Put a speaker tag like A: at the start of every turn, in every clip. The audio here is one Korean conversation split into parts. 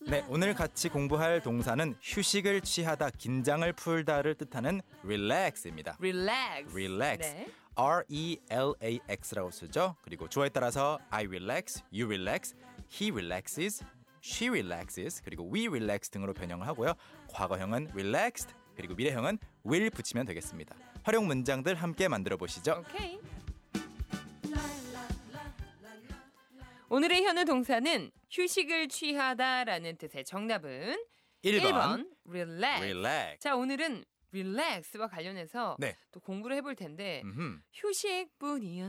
A: 네, 오늘 같이 공부할 동사는 휴식을 취하다, 긴장을 풀다를 뜻하는 relax입니다.
B: relax.
A: relax.
B: 네.
A: R E L A X라고 쓰죠. 그리고 주어에 따라서 I relax, you relax, he relaxes, she relaxes, 그리고 we relax 등으로 변형을 하고요. 과거형은 relaxed, 그리고 미래형은 will 붙이면 되겠습니다. 활용 문장들 함께 만들어 보시죠.
B: 오케이. 오늘의 현우 동사는 휴식을 취하다라는 뜻의 정답은
A: 1번,
B: 1번 relax.
A: relax.
B: 자, 오늘은 relax와 관련해서
A: 네.
B: 또 공부를 해볼 텐데
A: 음흠.
B: 휴식뿐이야.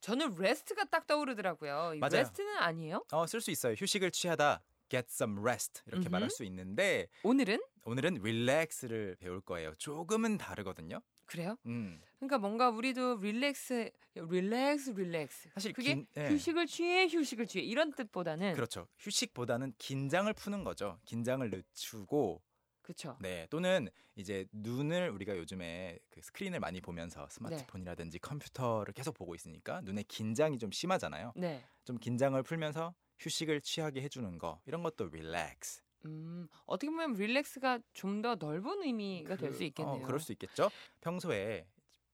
B: 저는 rest가 딱 떠오르더라고요. 이
A: 맞아요.
B: rest는 아니에요?
A: 어, 쓸 수 있어요. 휴식을 취하다. get some rest 이렇게
B: 음흠.
A: 말할 수 있는데
B: 오늘은
A: 오늘은 relax를 배울 거예요. 조금은 다르거든요.
B: 그래요?
A: 음.
B: 그러니까 뭔가 우리도 릴렉스, 릴렉스, 릴렉스.
A: 사실
B: 그게
A: 긴- 예.
B: 휴식을 취해, 휴식을 취해 이런 뜻보다는
A: 그렇죠. 휴식보다는 긴장을 푸는 거죠. 긴장을 늦추고
B: 그렇죠.
A: 네 또는 이제 눈을 우리가 요즘에 그 스크린을 많이 보면서 스마트폰이라든지
B: 네.
A: 컴퓨터를 계속 보고 있으니까 눈에 긴장이 좀 심하잖아요.
B: 네.
A: 좀 긴장을 풀면서 휴식을 취하게 해주는 거 이런 것도 relax.
B: 음, 어떻게 보면 릴렉스가 좀 더 넓은 의미가 될 수
A: 그-
B: 있겠네요.
A: 어, 그럴 수 있겠죠. 평소에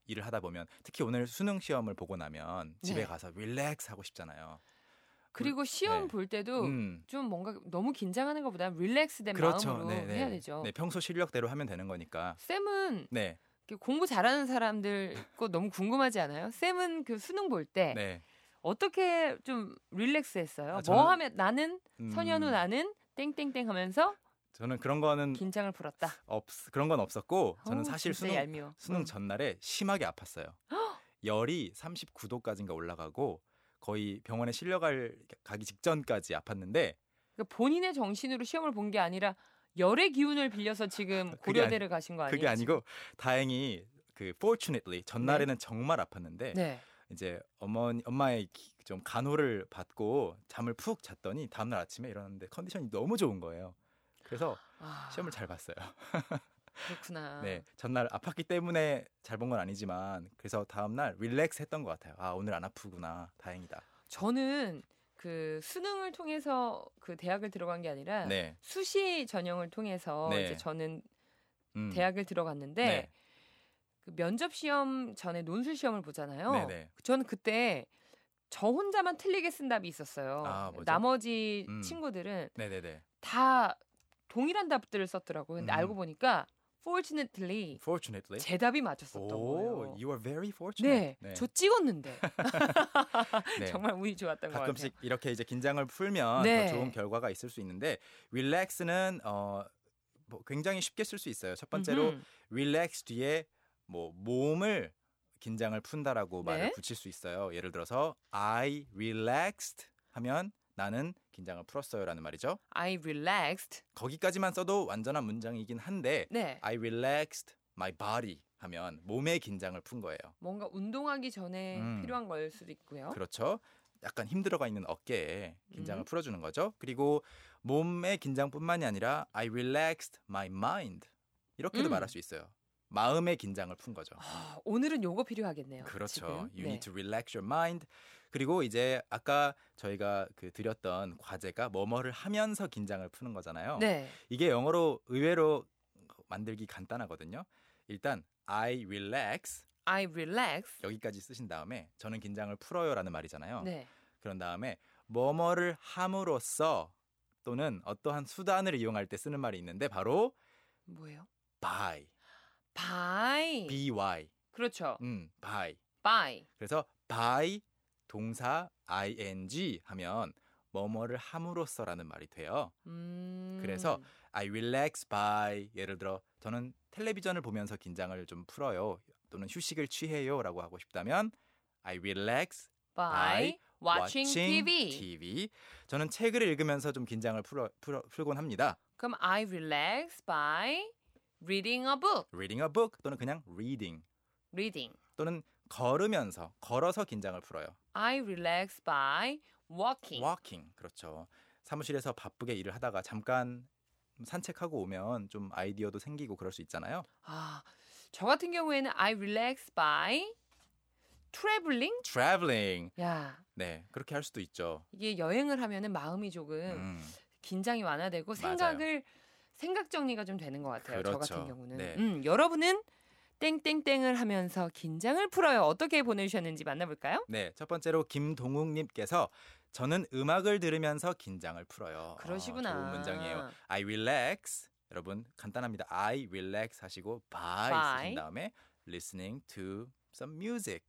A: 일을 하다 보면 특히 오늘 수능 시험을 보고 나면 집에
B: 네.
A: 가서 릴렉스 하고 싶잖아요.
B: 리고 시험
A: 네.
B: 볼 때도
A: 음.
B: 좀 뭔가 너무 긴장하는 것보다 릴렉스된 마음으로 해야 되죠.
A: 그렇죠. 네, 평소 실력대로 하면 되는 거니까.
B: 쌤은
A: 네.
B: 이렇게 공부 잘하는 사람들 거 너무 궁금하지 않아요? 쌤은 그 수능 볼 때
A: 네.
B: 어떻게 좀 릴렉스 했어요?
A: 아,
B: 뭐
A: 저는-
B: 하면 나는
A: 음.
B: 선현우 나는 땡땡땡 하면서
A: 저는 그런 거는
B: 긴장을 풀었다.
A: 없 그런 건 없었고 저는
B: 어우,
A: 사실
B: 진짜
A: 수능
B: 얄미워.
A: 수능
B: 응.
A: 전날에 심하게 아팠어요. 열이 39도까지인가 올라가고 거의 병원에 실려갈 가기 직전까지 아팠는데
B: 그러니까 본인의 정신으로 시험을 본 게 아니라 열의 기운을 빌려서 지금 고려대를 가신 거 아니에요?
A: 그게 아니고 다행히 그 fortunately 전날에는 정말 아팠는데
B: 네.
A: 이제 어머니 엄마의 기- 좀 간호를 받고 잠을 푹 잤더니 다음날 아침에 일어났는데 컨디션이 너무 좋은 거예요. 그래서
B: 아,
A: 시험을 잘 봤어요.
B: 그렇구나.
A: 네, 전날 아팠기 때문에 잘 본 건 아니지만 그래서 다음 날 릴렉스 했던 것 같아요. 아 오늘 안 아프구나, 다행이다.
B: 저는 그 수능을 통해서 그 대학을 들어간 게 아니라
A: 네,
B: 수시 전형을 통해서
A: 네.
B: 이제 저는
A: 음,
B: 대학을 들어갔는데
A: 네,
B: 그 면접 시험 전에 논술 시험을 보잖아요.
A: 네, 네.
B: 저는 그때 저 혼자만 틀리게 쓴 답이 있었어요.
A: 아, 뭐죠?
B: 나머지
A: 음.
B: 친구들은
A: 네, 네, 네.
B: 다 동일한 답들을 썼더라고요. 근데
A: 음.
B: 알고 보니까 fortunately
A: Fortunately.
B: 제 답이 맞았었던
A: 오,
B: 거예요.
A: you are very fortunate.
B: 네, 저 찍었는데
A: 네.
B: 정말 운이 좋았던 것 같아요.
A: 가끔씩 이렇게 이제 긴장을 풀면
B: 네.
A: 더 좋은 결과가 있을 수 있는데 릴렉스는 어, 뭐 굉장히 쉽게 쓸 수 있어요. 첫 번째로
B: 음흠.
A: 릴렉스 뒤에 뭐 몸을 긴장을 푼다라고
B: 네.
A: 말을 붙일 수 있어요. 예를 들어서 I relaxed 하면 나는 긴장을 풀었어요라는 말이죠.
B: I relaxed.
A: 거기까지만 써도 완전한 문장이긴 한데
B: 네,
A: I relaxed my body 하면 몸의 긴장을 푼 거예요.
B: 뭔가 운동하기 전에
A: 음.
B: 필요한 걸 수도 있고요.
A: 그렇죠. 약간 힘들어가 있는 어깨에 긴장을
B: 어? 음.
A: 풀어주는 거죠. 그리고 몸의 긴장뿐만이 아니라 I relaxed my mind 이렇게도
B: 음.
A: 말할 수 있어요. 마음의 긴장을 푼 거죠.
B: 아, 오늘은 요거 필요하겠네요. 지금.
A: 그렇죠. You
B: 네.
A: need to relax your mind. 그리고 이제 아까 저희가 그 드렸던 과제가 뭐뭐를 하면서 긴장을 푸는 거잖아요.
B: 네.
A: 이게 영어로 의외로 만들기 간단하거든요. 일단 I relax
B: I relax.
A: 여기까지 쓰신 다음에 저는 긴장을 풀어요라는 말이잖아요.
B: 네.
A: 그런 다음에 뭐뭐를 함으로써 또는 어떠한 수단을 이용할 때 쓰는 말이 있는데 바로
B: 뭐예요?
A: by,
B: by.
A: by,
B: 그렇죠.
A: 음, by.
B: by.
A: 그래서 by 동사 ing 하면 뭐뭐를 함으로써라는 말이 돼요.
B: 음.
A: 그래서 I relax by 예를 들어 저는 텔레비전을 보면서 긴장을 좀 풀어요 또는 휴식을 취해요라고 하고 싶다면 I relax
B: by watching, TV.
A: TV. 저는 책을 읽으면서 좀 긴장을 풀어, 풀어, 풀곤 합니다.
B: 그럼 I relax by reading a book.
A: reading a book 또는 그냥 reading
B: reading.
A: 또는 걸으면서 걸어서 긴장을 풀어요.
B: I relax by walking.
A: walking 그렇죠. 사무실에서 바쁘게 일을 하다가 잠깐 산책하고 오면 좀 아이디어도 생기고 그럴 수 있잖아요.
B: 아, 저 같은 경우에는 I relax by traveling.
A: traveling
B: 야,
A: 네 그렇게 할 수도 있죠.
B: 이게 여행을 하면은 마음이 조금
A: 음,
B: 긴장이 완화되고
A: 맞아요.
B: 생각을 생각 정리가 좀 되는 것 같아요. 저 같은
A: 그렇죠.
B: 경우는.
A: 네.
B: 음, 여러분은 땡땡땡을 하면서 긴장을 풀어요. 어떻게 보내주셨는지 만나볼까요?
A: 네, 첫 번째로 김동욱님께서 저는 음악을 들으면서 긴장을 풀어요.
B: 그러시구나.
A: 아, 좋은 문장이에요. I relax. 여러분 간단합니다. I relax 하시고 by,
B: By.
A: 쓰신 다음에 listening to some music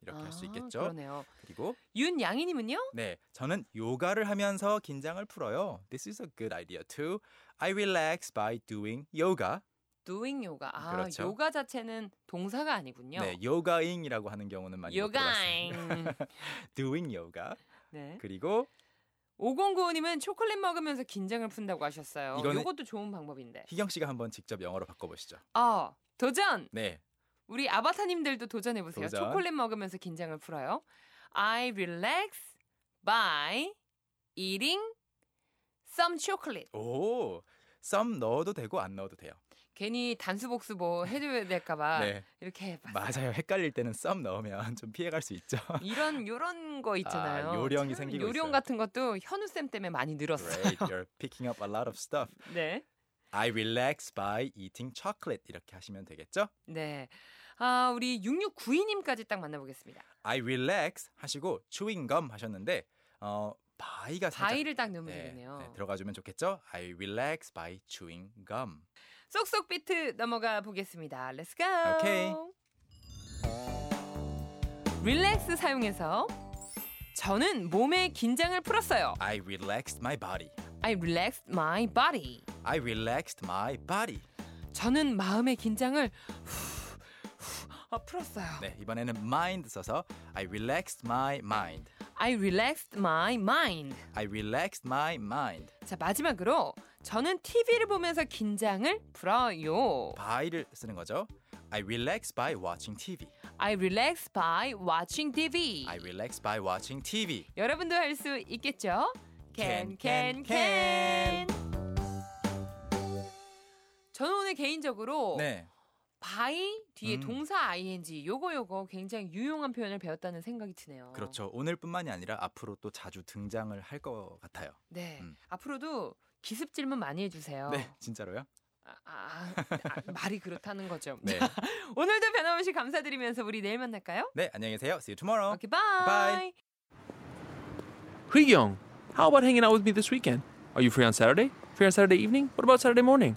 A: 이렇게 할 수
B: 아,
A: 있겠죠.
B: 그러네요.
A: 그리고
B: 윤양이님은요?
A: 네, 저는 요가를 하면서 긴장을 풀어요. This is a good idea too. I relax by doing yoga.
B: doing 요가. 아,
A: 그렇죠.
B: 요가 자체는 동사가 아니군요.
A: 네, yogaing이라고 하는 경우는 많이 못 들어봤습니다.
B: 요가잉.
A: doing yoga.
B: 네.
A: 그리고
B: 5095님은 초콜릿 먹으면서 긴장을 푼다고 하셨어요.
A: 이거는-
B: 요것도 좋은 방법인데.
A: 희경 씨가 한번 직접 영어로 바꿔보시죠.
B: 아, 도전!
A: 네,
B: 우리 아바타님들도 도전해보세요.
A: 도전.
B: 초콜릿 먹으면서 긴장을 풀어요. I relax by eating some chocolate.
A: 오, 썸 넣어도 되고 안 넣어도 돼요.
B: 괜히 단수복수 뭐 해줘야 될까봐
A: 네,
B: 이렇게 해봤어요.
A: 맞아요. 헷갈릴 때는 썸 넣으면 좀 피해갈 수 있죠.
B: 이런 요런 거 있잖아요.
A: 아, 요령이
B: 참,
A: 생기고
B: 요령
A: 있어요.
B: 같은 것도 현우 쌤 때문에 많이 늘었어요.
A: Great, you're picking up a lot of stuff.
B: 네.
A: I relax by eating chocolate 이렇게 하시면 되겠죠?
B: 네. 아, 우리 6692님까지 딱 만나보겠습니다.
A: I relax 하시고 chewing gum 하셨는데 어, 바이가 살짝
B: 바위를 딱 넣으면
A: 네,
B: 되겠네요.
A: 네, 들어가주면 좋겠죠? I relax by chewing gum.
B: 쏙쏙 비트 넘어가 보겠습니다. Let's go.
A: 오케이.
B: 릴렉스 사용해서 저는 몸의 긴장을 풀었어요.
A: I relaxed my body.
B: I relaxed my body.
A: I relaxed my body.
B: 저는 마음의 긴장을 후, 후, 아, 풀었어요.
A: 네, 이번에는 mind 써서 I relaxed my mind.
B: I relaxed my mind.
A: I relaxed my mind.
B: 자, 마지막으로 저는 TV를 보면서 긴장을 풀어요.
A: by를 쓰는 거죠. I relax by watching TV.
B: I relax by watching TV.
A: I relax by watching TV.
B: 여러분도 할 수 있겠죠?
A: Can,
B: 캔,
A: can,
B: 캔,
A: can.
B: 캔. 저는 오늘 개인적으로
A: 네.
B: by 뒤에
A: 음.
B: 동사 ing 요거 요거 굉장히 유용한 표현을 배웠다는 생각이 드네요.
A: 그렇죠. 오늘뿐만이 아니라 앞으로 또 자주 등장을 할 것 같아요.
B: 네.
A: 음.
B: 앞으로도 기습 질문 많이 해주세요.
A: 네, 진짜로요?
B: 아, 아, 아, 말이 그렇다는 거죠.
A: 네.
B: 오늘도 변함없이 감사드리면서 우리 내일 만날까요?
A: 네, 안녕히 계세요. See you tomorrow.
B: 오케이 바이.
A: Bye.
C: Young, how about hanging out with me this weekend? Are you free on Saturday? Free on Saturday evening? What about Saturday morning?